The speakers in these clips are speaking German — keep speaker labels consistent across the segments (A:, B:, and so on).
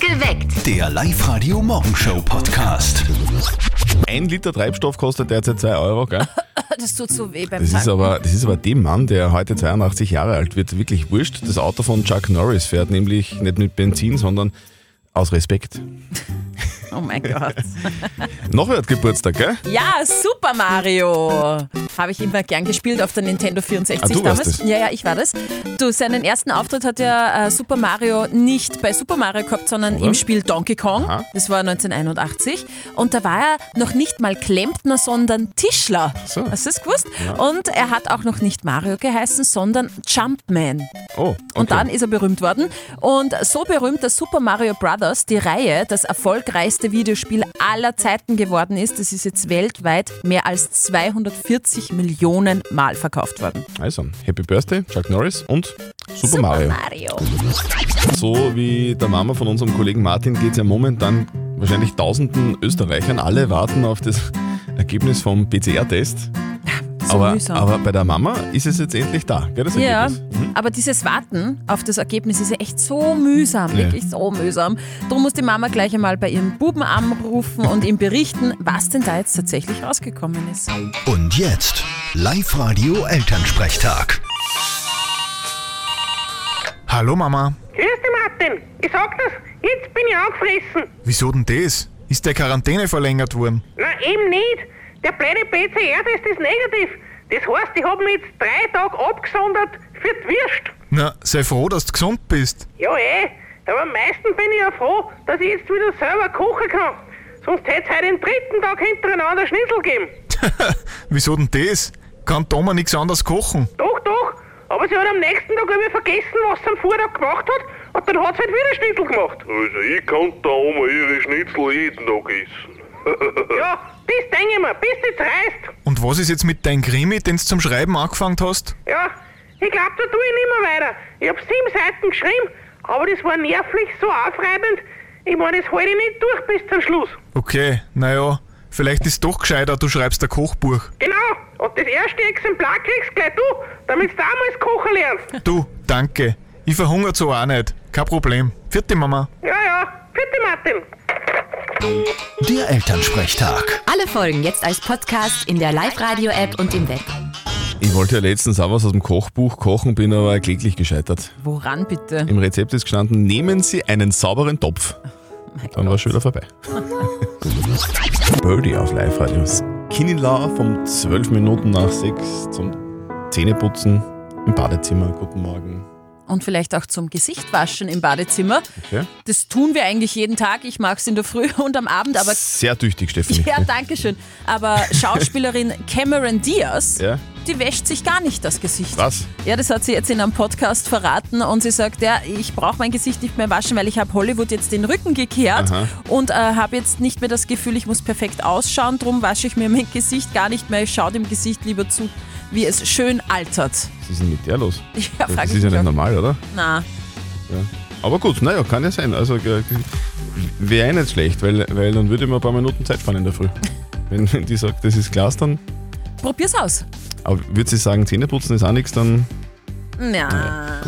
A: Geweckt.
B: Der Live-Radio-Morgenshow-Podcast.
C: Ein Liter Treibstoff kostet derzeit 2 Euro, gell?
D: Das tut so weh beim
C: Das ist,
D: Tanken.
C: aber, das ist aber dem Mann, der heute 82 Jahre alt wird, wirklich wurscht. Das Auto von Chuck Norris fährt nämlich nicht mit Benzin, sondern aus Respekt.
D: Oh mein Gott.
C: Noch wer hat Geburtstag, gell?
D: Ja, Super Mario. Habe ich immer gern gespielt auf der Nintendo 64
C: Ah, du warst
D: damals.
C: das?
D: Ja, ja, ich war das. Du, seinen ersten Auftritt hat ja äh, Super Mario nicht bei Super Mario gehabt, sondern
C: Oder?
D: im Spiel Donkey Kong.
C: Aha.
D: Das war 1981. Und da war er noch nicht mal Klempner, sondern Tischler.
C: So.
D: Hast du das gewusst? Und er hat auch noch nicht Mario geheißen, sondern Jumpman.
C: Oh, okay.
D: Und dann ist er berühmt worden. Und so berühmt, dass Super Mario Bros., die Reihe, das erfolgreichste Videospiel aller Zeiten geworden ist. Das ist jetzt weltweit mehr als 240 Millionen Mal verkauft worden.
C: Also, Happy Birthday, Chuck Norris und Super, Mario.
D: Mario.
C: So wie der Mama von unserem Kollegen Martin geht es ja momentan wahrscheinlich tausenden Österreichern. Alle warten auf das Ergebnis vom PCR-Test.
D: So
C: Aber,
D: mühsam.
C: aber bei der Mama ist es jetzt endlich da, gell? Das
D: ja,
C: Ergebnis. Mhm.
D: aber dieses Warten auf das Ergebnis ist ja echt so mühsam,
C: Ja.
D: wirklich so mühsam. Darum muss die Mama gleich einmal bei ihrem Buben anrufen und ihm berichten, was denn da jetzt tatsächlich rausgekommen ist.
B: Und jetzt Live-Radio Elternsprechtag.
E: Hallo Mama,
F: Grüß dich, Martin. Ich sag das, jetzt bin ich angefressen.
E: wieso denn das? Ist der Quarantäne verlängert worden?
F: Na, eben nicht. Der blöde PCR-Test ist negativ. Das heißt, ich hab mich jetzt drei Tage abgesondert für die Würst.
E: Na, sei froh, dass du gesund bist.
F: Ja, eh. Aber am meisten bin ich ja froh, dass ich jetzt wieder selber kochen kann. Sonst hätt's heute den dritten Tag hintereinander Schnitzel gegeben.
E: Wieso denn das? Kann Thomas nichts anderes kochen?
F: Doch, doch. Aber sie hat am nächsten Tag irgendwie vergessen, was sie am Vortag gemacht hat. Und dann hat sie halt wieder Schnitzel gemacht.
G: Also ich kann da oben ihre Schnitzel jeden Tag essen.
F: Ja, das denke ich mir. Bis das reißt.
E: Und was ist jetzt mit deinem Krimi, den du zum Schreiben angefangen hast?
F: Ja, ich glaub, da tu ich nicht mehr weiter. Ich hab sieben Seiten geschrieben, aber das war nervlich so aufreibend. Ich meine, das halte ich nicht durch bis zum Schluss.
E: Okay, naja, vielleicht ist doch gescheiter, du schreibst ein Kochbuch.
F: Genau, und das erste Exemplar kriegst gleich du, damit du damals kochen lernst.
E: Du, danke. Ich verhungert so auch nicht. Kein Problem. Vierte Mama.
F: Ja, ja, bitte Martin.
B: Der Elternsprechtag.
H: Alle Folgen jetzt als Podcast in der Live-Radio-App und im Web.
C: Ich wollte ja letztens auch was aus dem Kochbuch kochen, bin aber kläglich gescheitert.
D: Woran bitte?
C: Im Rezept ist gestanden, nehmen Sie einen sauberen Topf.
D: Oh
C: Dann war es schon wieder vorbei. Birdie auf Live-Radio. Kinnila vom 12 Minuten nach 6 zum Zähneputzen im Badezimmer. Guten Morgen.
D: Und vielleicht auch zum Gesichtwaschen im Badezimmer.
C: Okay.
D: Das tun wir eigentlich jeden Tag. Ich mache es in der Früh und am Abend, aber.
C: Sehr tüchtig, Stefanie.
D: Ja, danke schön. Aber Schauspielerin Cameron Diaz,
C: Ja.
D: die wäscht sich gar nicht das Gesicht.
C: Was?
D: Ja, das hat sie jetzt in einem Podcast verraten und sie sagt, ja, ich brauche mein Gesicht nicht mehr waschen, weil ich habe Hollywood jetzt den Rücken gekehrt
C: Aha.
D: und äh, habe jetzt nicht mehr das Gefühl, ich muss perfekt ausschauen, drum wasche ich mir mein Gesicht gar nicht mehr. Ich schaue dem Gesicht lieber zu, wie es schön altert.
C: Was ist denn mit der los?
D: Ja, frag
C: das
D: ich
C: ist ja
D: mich
C: nicht
D: auch.
C: normal, oder?
D: Na,
C: Aber gut, naja, kann ja sein. Also äh, wäre ja nicht schlecht, weil, weil dann würde man ein paar Minuten Zeit fahren in der Früh. Wenn wenn die sagt, das ist Glas, dann.
D: probier's aus.
C: Aber würde sie sagen, Zähneputzen ist auch nichts, dann.
D: Ja.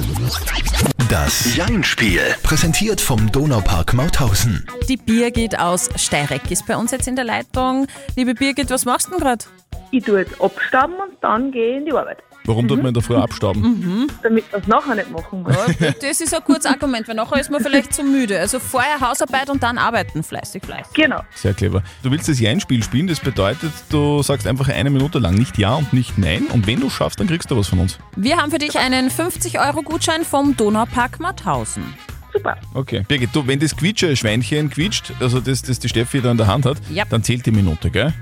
B: Das Jein-Spiel. Präsentiert vom Donaupark Mauthausen.
D: Die Birgit aus Steyreck ist bei uns jetzt in der Leitung. Liebe Birgit, was machst du denn gerade?
I: Ich tue jetzt abstauben und dann gehe ich in die Arbeit,
C: Warum tut man in der Früh abstauben?
I: damit wir es nachher nicht machen muss.
D: Das ist ein kurzes Argument, weil nachher ist man vielleicht zu müde. Also vorher Hausarbeit und dann arbeiten. Fleißig, fleißig.
I: Genau,
C: Sehr clever. Du willst das Jein-Spiel spielen, das bedeutet, du sagst einfach eine Minute lang nicht Ja und nicht Nein. Und wenn du schaffst, dann kriegst du was von uns.
D: Wir haben für dich einen 50-Euro-Gutschein vom Donaupark Mauthausen.
I: super.
C: Okay. Birgit, du, wenn das Quietscher-Schweinchen quietscht, also das, das die Steffi da in der Hand hat,
D: Ja.
C: dann zählt die Minute, gell?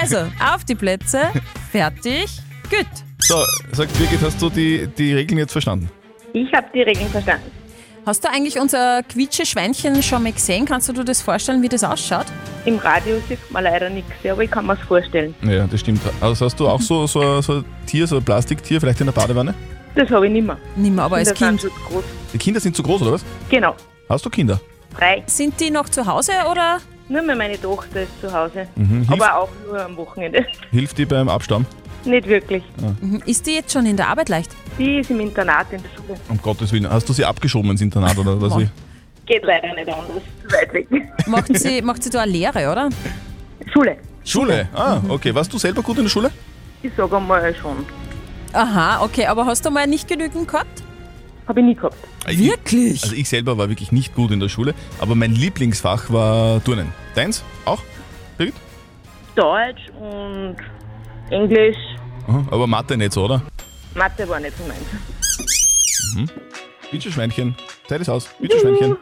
D: Also, auf die Plätze. Fertig. Gut.
C: So, sagt Birgit, hast du die, die Regeln jetzt verstanden?
I: Ich habe die Regeln verstanden.
D: Hast du eigentlich unser Quietsche-Schweinchen schon mal gesehen? Kannst du dir das vorstellen, wie das ausschaut?
I: Im Radio sieht man leider nichts, aber ich kann mir es vorstellen.
C: Ja, das stimmt. Also hast du auch so, so, so ein Tier, so ein Plastiktier, vielleicht in der Badewanne?
I: Das habe ich nicht mehr.
D: Nimmer, aber als
I: Das sind
D: Kind.
I: schon groß.
C: Die Kinder sind zu groß, oder was?
I: Genau,
C: Hast du Kinder?
I: drei.
D: Sind die noch zu Hause oder?
I: Nur mehr meine Tochter ist zu Hause,
D: Mhm,
C: hilft-
I: aber auch nur am Wochenende.
C: Hilft dir beim Abstauen?
I: nicht wirklich.
D: Ist die jetzt schon in der Arbeit leicht?
I: Die ist im Internat in der Schule.
C: Um Gottes Willen. Hast du sie abgeschoben ins Internat oder was?
D: Mann.
I: Geht leider nicht anders. Zu weit weg.
D: Macht sie, macht sie da eine Lehre, oder?
I: Schule.
C: Schule. Ah, okay. Warst du selber gut in der Schule?
I: Ich sage einmal schon.
D: Aha, okay, aber hast du mal nicht genügend gehabt?
I: Habe ich nie gehabt.
D: Wirklich?
C: Also ich selber war wirklich nicht gut in der Schule, aber mein Lieblingsfach war Turnen. Deins? Auch? Birgit?
I: Deutsch und Englisch.
C: Aha, Aber Mathe nicht so, oder?
I: Mathe war nicht so meins.
C: Bitscheschweinchen. Zeit ist aus. Bitscheschweinchen.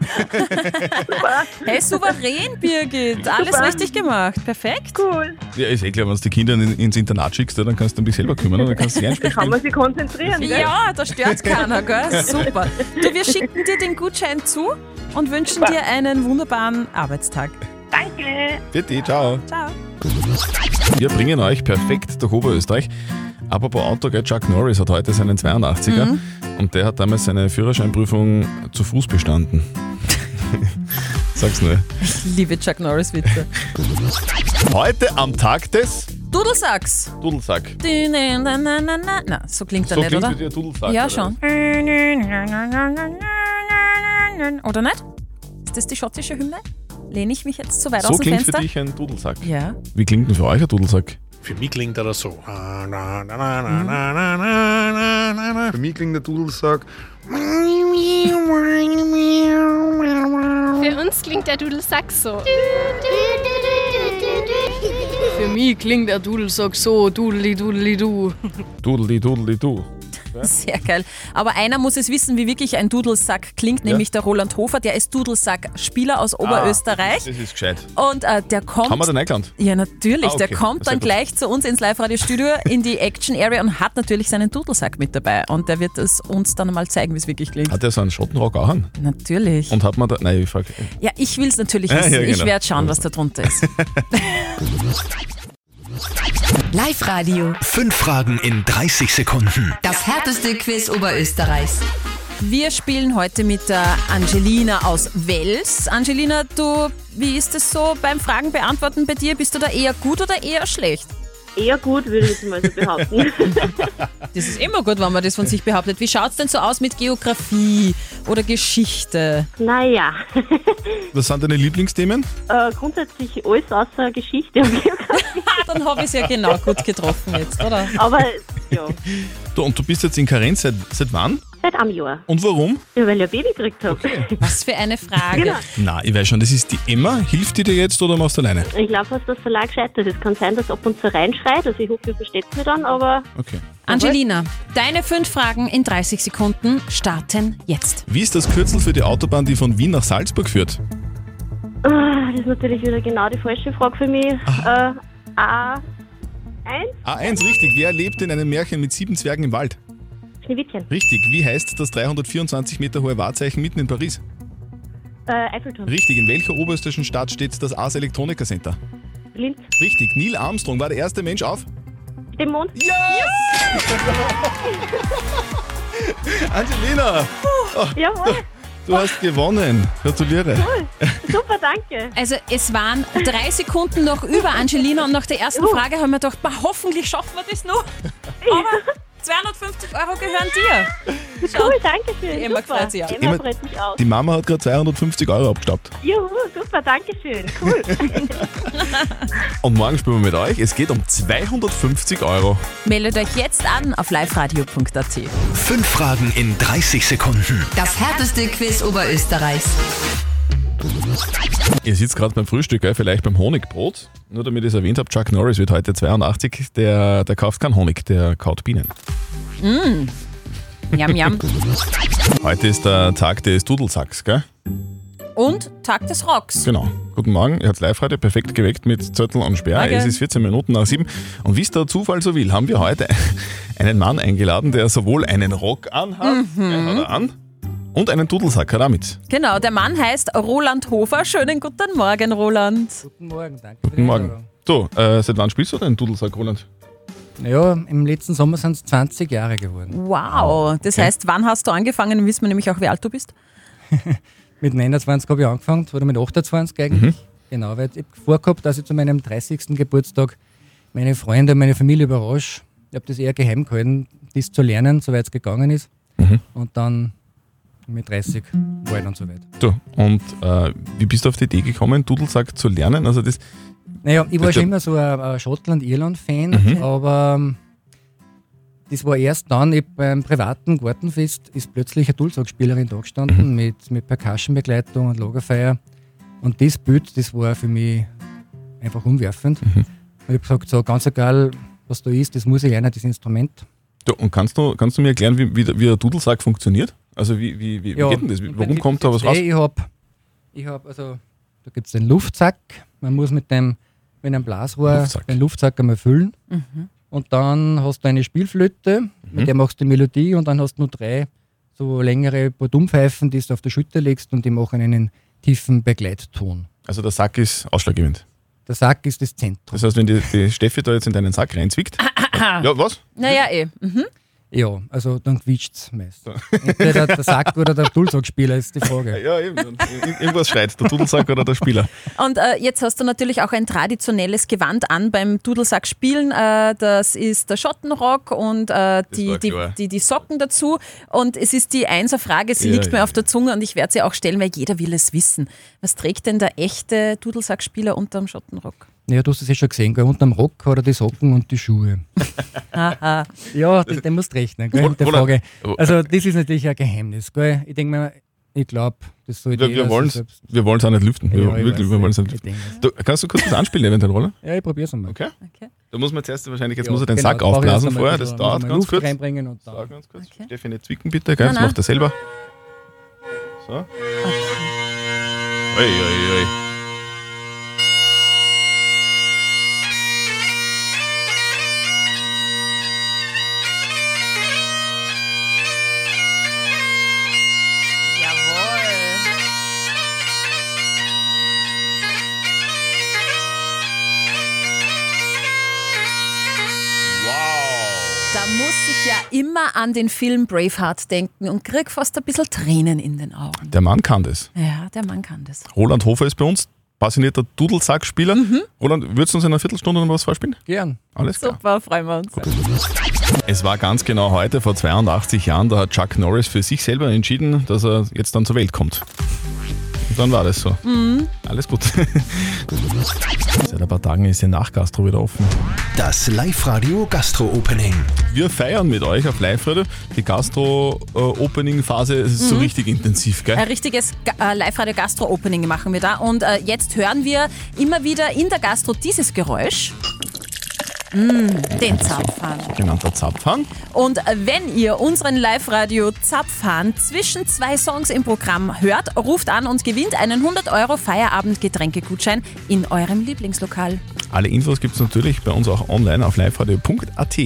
D: Hey, souverän, Birgit. Alles richtig gemacht. Perfekt.
I: Cool.
C: Ja, ist eh klar, wenn du die Kinder in- ins Internat schickst, dann kannst du dich selber kümmern, dann kannst du dich einspielen.
I: Kann man sich konzentrieren, gell?
D: Ja, da stört keiner, gell? Super. Du, wir schicken dir den Gutschein zu und wünschen dir einen wunderbaren Arbeitstag.
I: Danke.
C: Bitte, ciao.
D: Ciao.
C: Wir bringen euch perfekt durch Oberösterreich. Apropos Auto, gell? Chuck Norris hat heute seinen 82er
D: Mhm.
C: und der hat damals seine Führerscheinprüfung zu Fuß bestanden. Sag's nur.
D: Ich liebe Chuck Norris-Witze.
C: Heute am Tag des
D: Dudelsacks.
C: Dudelsack.
D: Di- Na, na, na, na, na. na, so klingt er
C: So
D: nicht,
C: klingt's
D: oder?
C: mit dir, Dudelsack.
D: Ja,
C: oder?
D: schon. Oder nicht? Ist das die schottische Hymne? Lehne ich mich jetzt zu weit
C: So
D: aus dem
C: klingt für
D: Fenster?
C: dich ein Dudelsack.
D: Ja.
C: Wie klingt denn für euch ein Dudelsack?
A: Für mich klingt er so.
J: Für mich klingt der Dudelsack.
K: Für uns klingt der Dudelsack so.
H: Für mich klingt der Dudelsack so, dudeli dudeli du.
C: Dudeli, dudeli, du.
D: Sehr geil. Aber einer muss es wissen, wie wirklich ein Dudelsack klingt, nämlich der Roland Hofer. Der ist Dudelsack-Spieler aus
C: Das
D: Oberösterreich.
C: ist gescheit.
D: und äh, der kommt.
C: Ah. Haben wir den eingeladen?
D: ja, natürlich.
C: Ah, okay.
D: Der kommt
C: Sehr
D: dann
C: gut.
D: gleich zu uns ins Live-Radio-Studio, in die Action-Area und hat natürlich seinen Dudelsack mit dabei. Und der wird es uns dann mal zeigen, wie es wirklich klingt.
C: Hat er so einen Schottenrock auch an?
D: natürlich.
C: Und hat man da. Nein, ich frage.
D: ja, ich will es natürlich
C: Ja,
D: wissen.
C: ja,
D: Ich
C: genau.
D: werde schauen, was da drunter ist.
H: Live-Radio.
B: Fünf Fragen in 30 Sekunden.
H: Das härteste Quiz Oberösterreichs.
D: Wir spielen heute mit der Angelina aus Wels. Angelina, du, wie ist es so beim Fragen beantworten bei dir? Bist du da eher gut oder eher schlecht?
I: Eher gut, würde ich jetzt mal so behaupten.
D: Das ist immer gut, wenn man das von sich behauptet. Wie schaut es denn so aus mit Geografie oder Geschichte?
I: naja.
C: Was sind deine Lieblingsthemen?
I: Äh, grundsätzlich alles außer Geschichte und Biografie.
D: Ah, dann habe ich es ja genau gut getroffen jetzt, oder?
I: Aber ja,
C: Du, und du bist jetzt in Karenz seit, seit wann?
I: seit einem Jahr.
C: Und warum?
I: Ja, weil ich ein Baby gekriegt habe.
D: Was für eine Frage.
I: Genau.
C: Na, ich weiß schon, das ist die Emma. Hilft die dir jetzt oder machst du alleine?
I: Ich glaube, dass das Verlag scheitert. Es kann sein, dass ab und zu reinschreit. Also ich hoffe, ihr versteht mich dann, aber
C: Okay.
D: Angelina, deine fünf Fragen in 30 Sekunden starten jetzt.
C: Wie ist das Kürzel für die Autobahn, die von Wien nach Salzburg führt?
I: Ah, das ist natürlich wieder genau die falsche Frage für mich. Äh, A. Eins,
C: A1, richtig. Wer lebt in einem Märchen mit sieben Zwergen im Wald?
I: Schneewittchen.
C: Richtig. Wie heißt das 324 Meter hohe Wahrzeichen mitten in Paris?
I: Äh, Eiffelturm.
C: Richtig. In welcher oberösterreichischen Stadt steht das Ars Electronica Center?
I: Linz.
C: Richtig. Neil Armstrong war der erste Mensch auf
I: Dem Mond.
C: Angelina,
I: Jawohl.
C: du hast gewonnen. Gratuliere.
I: Super, danke.
D: Also es waren drei Sekunden noch über Angelina und nach der ersten Frage haben wir gedacht, bah, hoffentlich schaffen wir das noch. Aber 250 Euro gehören dir.
I: Cool, danke schön.
D: Die Emma
I: super.
D: freut sich auch.
I: Die Emma
C: Emma-
I: freut mich auch.
C: Die Mama hat gerade 250 Euro abgestaubt.
I: Juhu, super, danke schön. Cool.
C: Und morgen spielen wir mit euch. Es geht um 250 Euro.
D: Meldet euch jetzt an auf liveradio.at.
B: Fünf Fragen in 30 Sekunden.
H: Das härteste Quiz Oberösterreichs.
C: Ihr sitzt gerade beim Frühstück, gell? vielleicht beim Honigbrot. Nur damit ich es erwähnt habe, Chuck Norris wird heute 82. Der, der kauft keinen Honig, der kaut Bienen.
D: Jam, jam.
C: Heute ist der Tag des Dudelsacks, gell?
D: Und Tag des Rocks.
C: Genau. Guten Morgen, ihr habt live heute perfekt geweckt mit Zettel und Sperr.
D: Danke.
C: Es ist 14 Minuten nach 7. Und wie es der Zufall so will, haben wir heute einen Mann eingeladen, der sowohl einen Rock anhat, den hat er an, und einen Dudelsack hat er auch mit.
D: Genau, der Mann heißt Roland Hofer. Schönen guten Morgen, Roland.
J: Guten Morgen, danke.
C: Guten Morgen. So, äh, seit wann spielst du denn Dudelsack, Roland?
J: Ja, im letzten Sommer sind es 20 Jahre geworden.
D: Wow, das heißt, wann hast du angefangen? Dann wissen wir nämlich auch, wie alt du bist.
J: Mit 29 habe ich angefangen, oder mit 28 eigentlich. Genau, weil ich hab vorgehabt, dass ich zu meinem 30. Geburtstag meine Freunde und meine Familie überrasche. Ich habe das eher geheim gehalten, das zu lernen, soweit es gegangen ist. Und dann Mit 30 war ich dann soweit.
C: Du, und äh, wie bist du auf die Idee gekommen, Dudelsack zu lernen? Also das,
J: Naja, ich war
C: Das
J: schon
C: stimmt.
J: immer so ein, ein Schottland-Irland-Fan,
C: Mhm.
J: aber ähm, das war erst dann, ich beim privaten Gartenfest ist plötzlich eine Dulzog-Spielerin da gestanden mit, mit Percussion-Begleitung und Lagerfeuer. Und das Bild, das war für mich einfach umwerfend. Und ich habe gesagt, so ganz egal, was da ist, das muss ich lernen, das Instrument.
C: du, und kannst du, kannst du mir erklären, wie, wie, wie ein Dudelsack funktioniert? Also wie, wie, wie,
J: Ja,
C: wie geht denn das? Wie,
J: im
C: warum
J: Prinzip
C: kommt da was
J: sind's
C: raus?
J: eh, Ich habe, ich hab, also, da gibt es den Luftsack. Man muss mit dem, mit einem Blasrohr
C: Luftsack.
J: den Luftsack einmal füllen. Und dann hast du eine Spielflöte, mit der machst du die Melodie und dann hast du nur drei so längere Bordumpfeifen, die du auf der Schulter legst und die machen einen tiefen Begleitton.
C: Also der Sack ist ausschlaggebend.
J: Der Sack ist das Zentrum.
C: Das heißt, wenn die, die Steffi da jetzt in deinen Sack reinzwickt, ja, was?
D: Naja, eh. Mhm.
J: Ja, also dann quietscht es meist. Entweder der Sack oder der Dulzog-Spieler ist die Frage.
C: Ja, eben. Und ir- Irgendwas schreit, der Dudelsack oder der Spieler.
D: Und äh, jetzt hast du natürlich auch ein traditionelles Gewand an beim Dudelsack spielen. Äh, das ist der Schottenrock und äh, die,
C: war
D: die,
C: klar.
D: die, die Socken dazu. Und es ist die Einser-Frage, sie
C: Ja,
D: liegt mir
C: ja,
D: auf der Zunge und ich werde sie auch stellen, weil jeder will es wissen. Was trägt denn der echte Dudelsackspieler unterm Schottenrock?
J: Ja, du hast es ja schon gesehen, gell? unterm Rock hat er die Socken und die Schuhe. ja, den, den musst du rechnen, gell? mit der
C: Wo- wo-
J: Frage.
C: wo-
J: Also, das ist natürlich ein Geheimnis. Gell? Ich denke mir, ich glaube, das soll
C: Wir, wir
J: jeder
C: wollen
J: so
C: es
J: selbst-
C: wir wollen's auch nicht lüften. Wir,
J: Ja, ich
C: wirklich,
J: weiß,
C: wir wollen es
J: ich-
C: nicht
J: ich
C: lüften.
J: denk das.
C: Du, kannst du kurz das anspielen, eventuell, oder?
J: Ja, ich probier's einmal.
C: Okay.
D: Okay.
C: Da muss man zuerst wahrscheinlich, jetzt
J: Ja,
C: muss er den
J: genau,
C: Sack
J: brauch ich erst
C: aufblasen
J: einmal
C: vorher,
J: ein
C: das
J: bisschen
C: dauert
J: einmal
C: ganz
J: Luft
C: kurz.
J: reinbringen und
C: Dauert
J: dann.
C: ganz kurz.
D: Okay.
C: Steffi, nicht zwicken bitte, gell?
D: Nein,
C: Das
D: nein.
C: macht er selber. So. Ui, ui, ui.
D: Jawohl.
C: Wow.
D: Da muss ich ja immer an den Film Braveheart denken und krieg fast ein bisschen Tränen in den Augen.
C: Der Mann kann das.
D: Ja, der Mann kann das.
C: Roland Hofer ist bei uns, passionierter Dudelsackspieler.
D: Mhm.
C: Roland, würdest du uns in einer Viertelstunde noch was vorspielen?
J: Gern.
C: Alles klar.
D: Super, freuen wir uns.
C: Es war ganz genau heute, vor 82 Jahren, da hat Chuck Norris für sich selber entschieden, dass er jetzt dann zur Welt kommt. Und dann war das so. Alles gut. Seit ein paar Tagen ist die Nachgastro wieder offen.
B: Das Live-Radio Gastro Opening.
C: Wir feiern mit euch auf live -Radio. Die Gastro-Opening-Phase ist so richtig intensiv, gell?
D: Ein richtiges Ga- äh, Live-Radio-Gastro-Opening machen wir da. Und äh, jetzt hören wir immer wieder in der Gastro dieses Geräusch. Mm, den Zapfhahn.
C: Genannter Zapfhahn.
D: Und äh, wenn ihr unseren Live-Radio Zapfhahn zwischen zwei Songs im Programm hört, ruft an und gewinnt einen 100-Euro-Feierabend-Getränkegutschein in eurem Lieblingslokal.
C: Alle Infos gibt's natürlich bei uns auch online auf liveradio.at.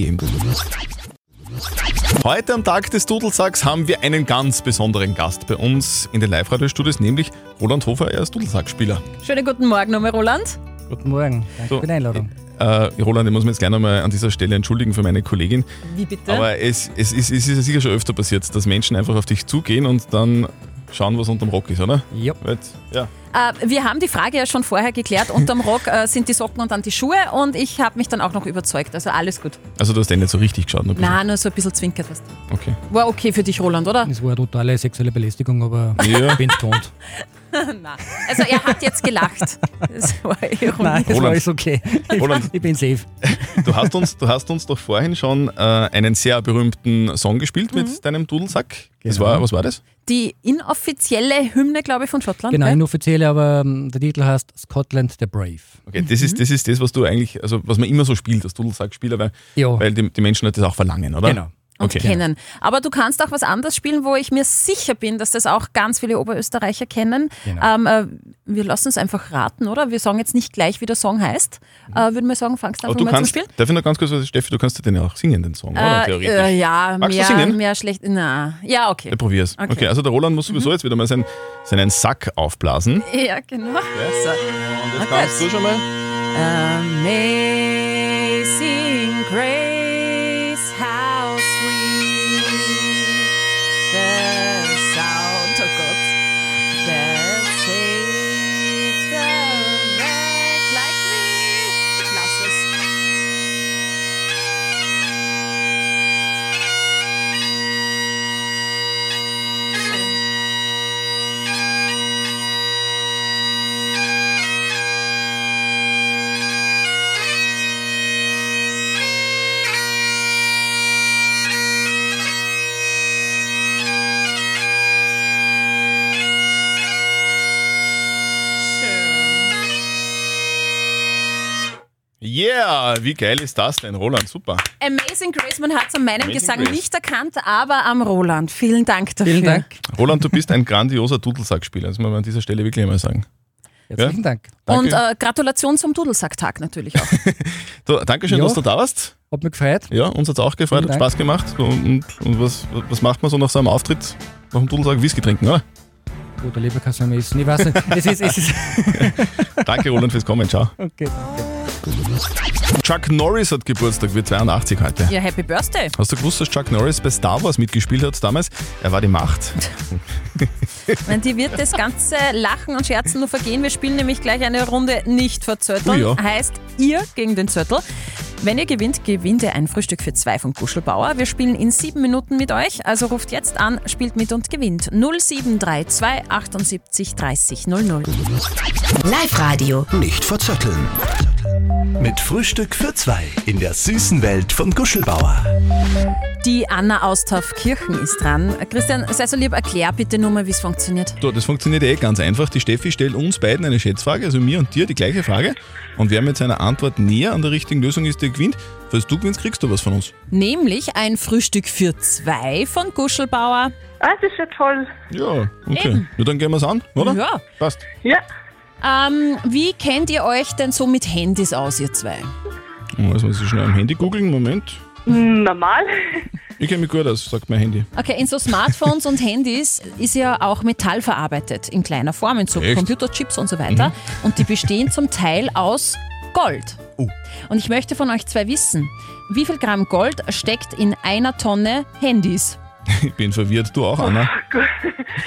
C: Heute am Tag des Dudelsacks haben wir einen ganz besonderen Gast bei uns in den Live-Radio-Studios, nämlich Roland Hofer, er ist Dudelsackspieler.
D: Schönen guten Morgen nochmal, Roland.
J: Guten Morgen. Danke
C: So,
J: für die Einladung.
C: Äh, Roland, ich muss mich jetzt gleich nochmal an dieser Stelle entschuldigen für meine Kollegin,
D: Wie bitte?
C: aber es, es, ist- es ist ja sicher schon öfter passiert, dass Menschen einfach auf dich zugehen und dann schauen, was unterm Rock ist, oder?
J: Ja.
C: Jetzt, ja.
D: Äh, wir haben die Frage ja schon vorher geklärt. Unterm Rock äh, sind die Socken und dann die Schuhe. Und ich habe mich dann auch noch überzeugt. Also alles gut.
C: Also du hast den nicht so richtig geschaut, nur ein bisschen.
D: Na, nur so ein bisschen zwinkert was.
C: Okay.
D: War okay für dich, Roland, oder?
J: Das war eine totale sexuelle Belästigung, aber
C: Ja.
J: ich bin tot.
D: Nein. Also er hat jetzt gelacht. Das war ironisch.
J: das
C: Roland.
J: war alles okay. Ich,
C: Roland.
J: ich bin safe.
C: Du hast uns, du hast uns doch vorhin schon äh, einen sehr berühmten Song gespielt mit deinem Dudelsack.
J: Mhm.
C: Das
J: Genau.
C: war, was war das?
D: Die inoffizielle Hymne, glaube ich, von Schottland.
J: Genau,
D: gell?
J: inoffiziell, aber ähm, der Titel heißt Scotland the Brave.
C: Okay, das,
J: Mhm.
C: ist, das ist das, was du eigentlich, also was man immer so spielt, als Dudelsackspieler, weil,
J: Ja,
C: weil die, die Menschen halt das auch verlangen, oder?
J: Oh. genau.
D: Und
C: Okay.
D: kennen. Aber du kannst auch was anderes spielen, wo ich mir sicher bin, dass das auch ganz viele Oberösterreicher kennen.
J: Genau.
D: Ähm, äh, wir lassen es einfach raten, oder? Wir sagen jetzt nicht gleich, wie der Song heißt. Äh, Würden wir sagen, fangst
C: Aber
D: einfach
C: du
D: mal zum
C: kannst,
D: Spielen.
C: darf ich noch ganz kurz was, Steffi, du kannst den ja auch singen, den Song, oder?
D: Äh,
C: Theoretisch.
D: äh, ja,
C: Magst du
D: mehr,
C: singen?
D: mehr schlecht. Na, ja, okay.
C: Ich probier's. Okay.
D: Okay.
C: also der Roland muss sowieso
J: Mhm.
C: jetzt wieder mal seinen, seinen Sack aufblasen.
D: Ja, genau. So.
C: Und
D: jetzt kannst du
C: schon mal.
D: Amazing Grace, how sweet the sound of God that saved a wretch like me. Ich lass es.
C: Yeah, wie geil ist das denn, Roland? Super.
D: Amazing Grace, man hat es an meinem
C: Amazing
D: Gesang
C: Grace.
D: nicht erkannt, aber am Roland. Vielen Dank dafür.
J: Vielen Dank.
C: Roland, du bist ein grandioser Dudelsackspieler, das muss man an dieser Stelle wirklich einmal sagen.
J: Herzlichen Dank.
C: Danke.
D: Und äh, Gratulation zum Dudelsack-Tag natürlich auch.
C: So, Dankeschön,
J: Ja.
C: dass du da warst.
J: Hat mich gefreut.
C: Ja, uns hat es auch gefreut,
J: Vielen
C: hat
J: Dank.
C: Spaß gemacht. Und, und was, was macht man so nach so einem Auftritt? Nach dem Dudelsack Whisky trinken, oder?
J: Oder lieber kannst du essen. Ich weiß nicht. Es ist, es ist.
C: Danke, Roland, fürs Kommen. Ciao.
J: Okay.
C: Chuck Norris hat Geburtstag, wird 82 heute.
D: Ja, Happy Birthday.
C: Hast du gewusst, dass Chuck Norris bei Star Wars mitgespielt hat damals? Er war die Macht.
D: Nein, die wird das ganze Lachen und Scherzen nur vergehen. Wir spielen nämlich gleich eine Runde nicht verzötteln.
C: Oh ja.
D: Heißt ihr gegen den Zöttel. Wenn ihr gewinnt, gewinnt ihr ein Frühstück für zwei von Guschelbauer. Wir spielen in sieben Minuten mit euch. Also ruft jetzt an, spielt mit und gewinnt. 0732 78 30 00.
H: Live-Radio.
B: Nicht verzetteln. Mit Frühstück für zwei in der süßen Welt von Guschelbauer.
D: Die Anna aus Taufkirchen ist dran. Christian, sei so lieb, erklär bitte nur mal, wie es funktioniert.
C: So, das funktioniert eh ganz einfach. Die Steffi stellt uns beiden eine Schätzfrage, also mir und dir die gleiche Frage. Und wer mit seiner Antwort näher an der richtigen Lösung ist, der gewinnt. Falls du gewinnst, kriegst du was von uns.
D: Nämlich ein Frühstück für zwei von Guschelbauer.
I: Ah, das ist ja toll.
C: Ja, okay. Na, dann gehen wir es an, oder?
D: Ja.
C: Passt.
I: Ja.
D: Ähm, wie kennt ihr euch denn so mit Handys aus, ihr zwei?
C: Also, muss ich schnell am Handy googeln. Moment.
I: Hm, Normal.
C: Ich kenne mich gut aus, sagt mein Handy.
D: Okay, in so Smartphones und Handys ist ja auch Metall verarbeitet, in kleiner Form, in so
C: Echt? Mhm.
D: Computerchips und so weiter. Und die bestehen zum Teil aus Gold.
C: Oh.
D: Und ich möchte von euch zwei wissen, wie viel Gramm Gold steckt in einer Tonne Handys?
C: Ich bin verwirrt, du auch, Anna.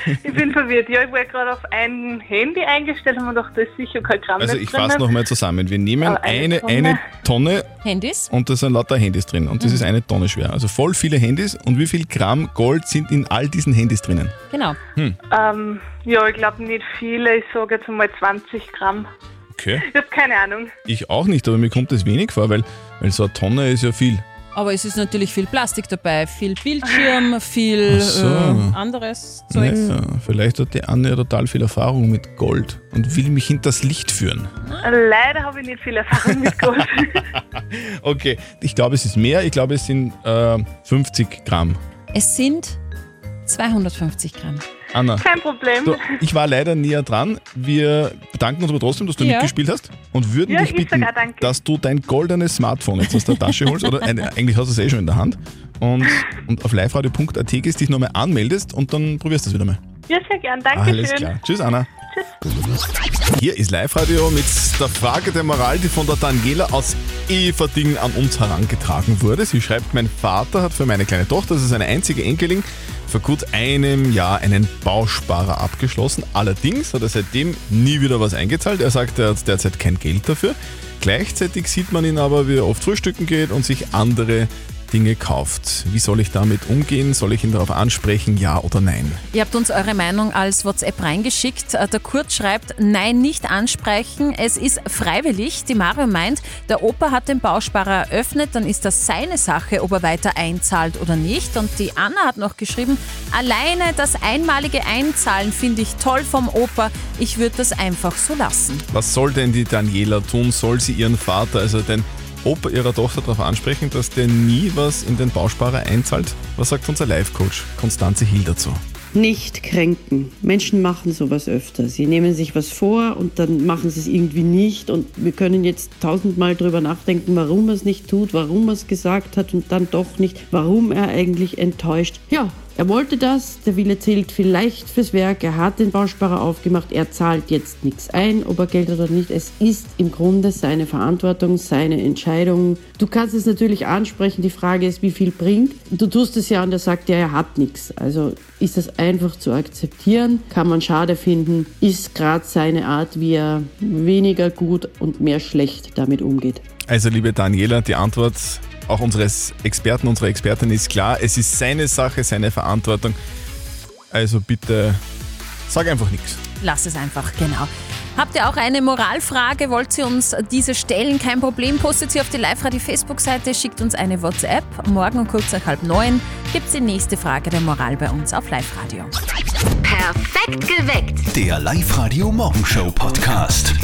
I: Ich bin verwirrt. Ja, ich war gerade auf ein Handy eingestellt und mir gedacht, da ist sicher kein Gramm
C: Also
I: nicht
C: ich
I: drin.
C: fasse nochmal zusammen. Wir nehmen
I: Aber eine
C: eine, eine Tonne
D: Handys?
C: und da sind lauter Handys drin. Und das ist eine Tonne schwer. Also voll viele Handys. Und wie viel Gramm Gold sind in all diesen Handys drinnen?
D: Genau.
I: Ähm, ja, ich glaube nicht viele. Ich sage jetzt mal 20 Gramm.
C: Okay.
I: Ich habe keine Ahnung.
C: Ich auch nicht, aber mir kommt das wenig vor, weil, weil so eine Tonne ist ja viel.
D: Aber es ist natürlich viel Plastik dabei, viel Bildschirm, viel
C: Ach so.
D: äh, anderes Zeugs.
C: Naja, vielleicht hat die Anne ja total viel Erfahrung mit Gold und will mich hinters Licht führen.
I: Leider habe ich nicht viel Erfahrung mit Gold.
C: Okay, ich glaube, es ist mehr. Ich glaube, es sind äh, 50 Gramm.
D: Es sind 250 Gramm.
C: Anna,
I: Kein Problem.
C: du, ich war leider näher dran. Wir bedanken uns aber trotzdem, dass du
D: Ja.
C: mitgespielt hast und würden
I: Ja,
C: dich
I: ich
C: bitten,
I: sag auch danke.
C: dass du dein goldenes Smartphone jetzt aus der Tasche holst. Oder eine, eigentlich hast du es eh schon in der Hand. Und, und auf liveradio.at gehst, dich nochmal anmeldest und dann probierst du es wieder mal.
I: Ja, sehr gern. Dankeschön.
C: Alles klar. Tschüss, Anna. Hier ist Live-Radio mit der Frage der Moral, die von der Daniela aus Everding an uns herangetragen wurde. Sie schreibt, mein Vater hat für meine kleine Tochter, das ist eine einzige Enkelin, vor gut einem Jahr einen Bausparer abgeschlossen. Allerdings hat er seitdem nie wieder was eingezahlt. Er sagt, er hat derzeit kein Geld dafür. Gleichzeitig sieht man ihn aber, wie er oft frühstücken geht und sich andere Dinge kauft. Wie soll ich damit umgehen? Soll ich ihn darauf ansprechen, ja oder nein?
D: Ihr habt uns eure Meinung als WhatsApp reingeschickt. Äh, Der Kurt schreibt, nein, nicht ansprechen. Es ist freiwillig. Die Mario meint, der Opa hat den Bausparer eröffnet, dann ist das seine Sache, ob er weiter einzahlt oder nicht. Und die Anna hat noch geschrieben, alleine das einmalige Einzahlen finde ich toll vom Opa. Ich würde das einfach so lassen.
C: Was soll denn die Daniela tun? Soll sie ihren Vater, also den Opa ihrer Tochter darauf ansprechen, dass der nie was in den Bausparer einzahlt? Was sagt unser Life-Coach Konstanze Hill dazu?
A: Nicht kränken. Menschen machen sowas öfter. Sie nehmen sich was vor und dann machen sie es irgendwie nicht. Und wir können jetzt tausendmal drüber nachdenken, warum er es nicht tut, warum er es gesagt hat und dann doch nicht, warum er eigentlich enttäuscht. Ja, er wollte das, der Wille zählt vielleicht fürs Werk, er hat den Bausparer aufgemacht, er zahlt jetzt nichts ein, ob er Geld hat oder nicht. Es ist im Grunde seine Verantwortung, seine Entscheidung. Du kannst es natürlich ansprechen, die Frage ist, wie viel bringt. Du tust es ja und er sagt ja, er hat nichts. Also ist das einfach zu akzeptieren, kann man schade finden, ist gerade seine Art, wie er weniger gut und mehr schlecht damit umgeht.
C: Also, liebe Daniela, die Antwort auch unseres Experten, unserer Expertin ist klar: Es ist seine Sache, seine Verantwortung. Also, bitte sag einfach nichts.
D: Lass es einfach, genau. Habt ihr auch eine Moralfrage? Wollt ihr uns diese stellen? Kein Problem. Postet sie auf die Live-Radio-Facebook-Seite, schickt uns eine WhatsApp. Morgen um kurz nach halb neun gibt es die nächste Frage der Moral bei uns auf Live-Radio.
H: Perfekt geweckt.
B: Der Live-Radio Morgenshow Podcast.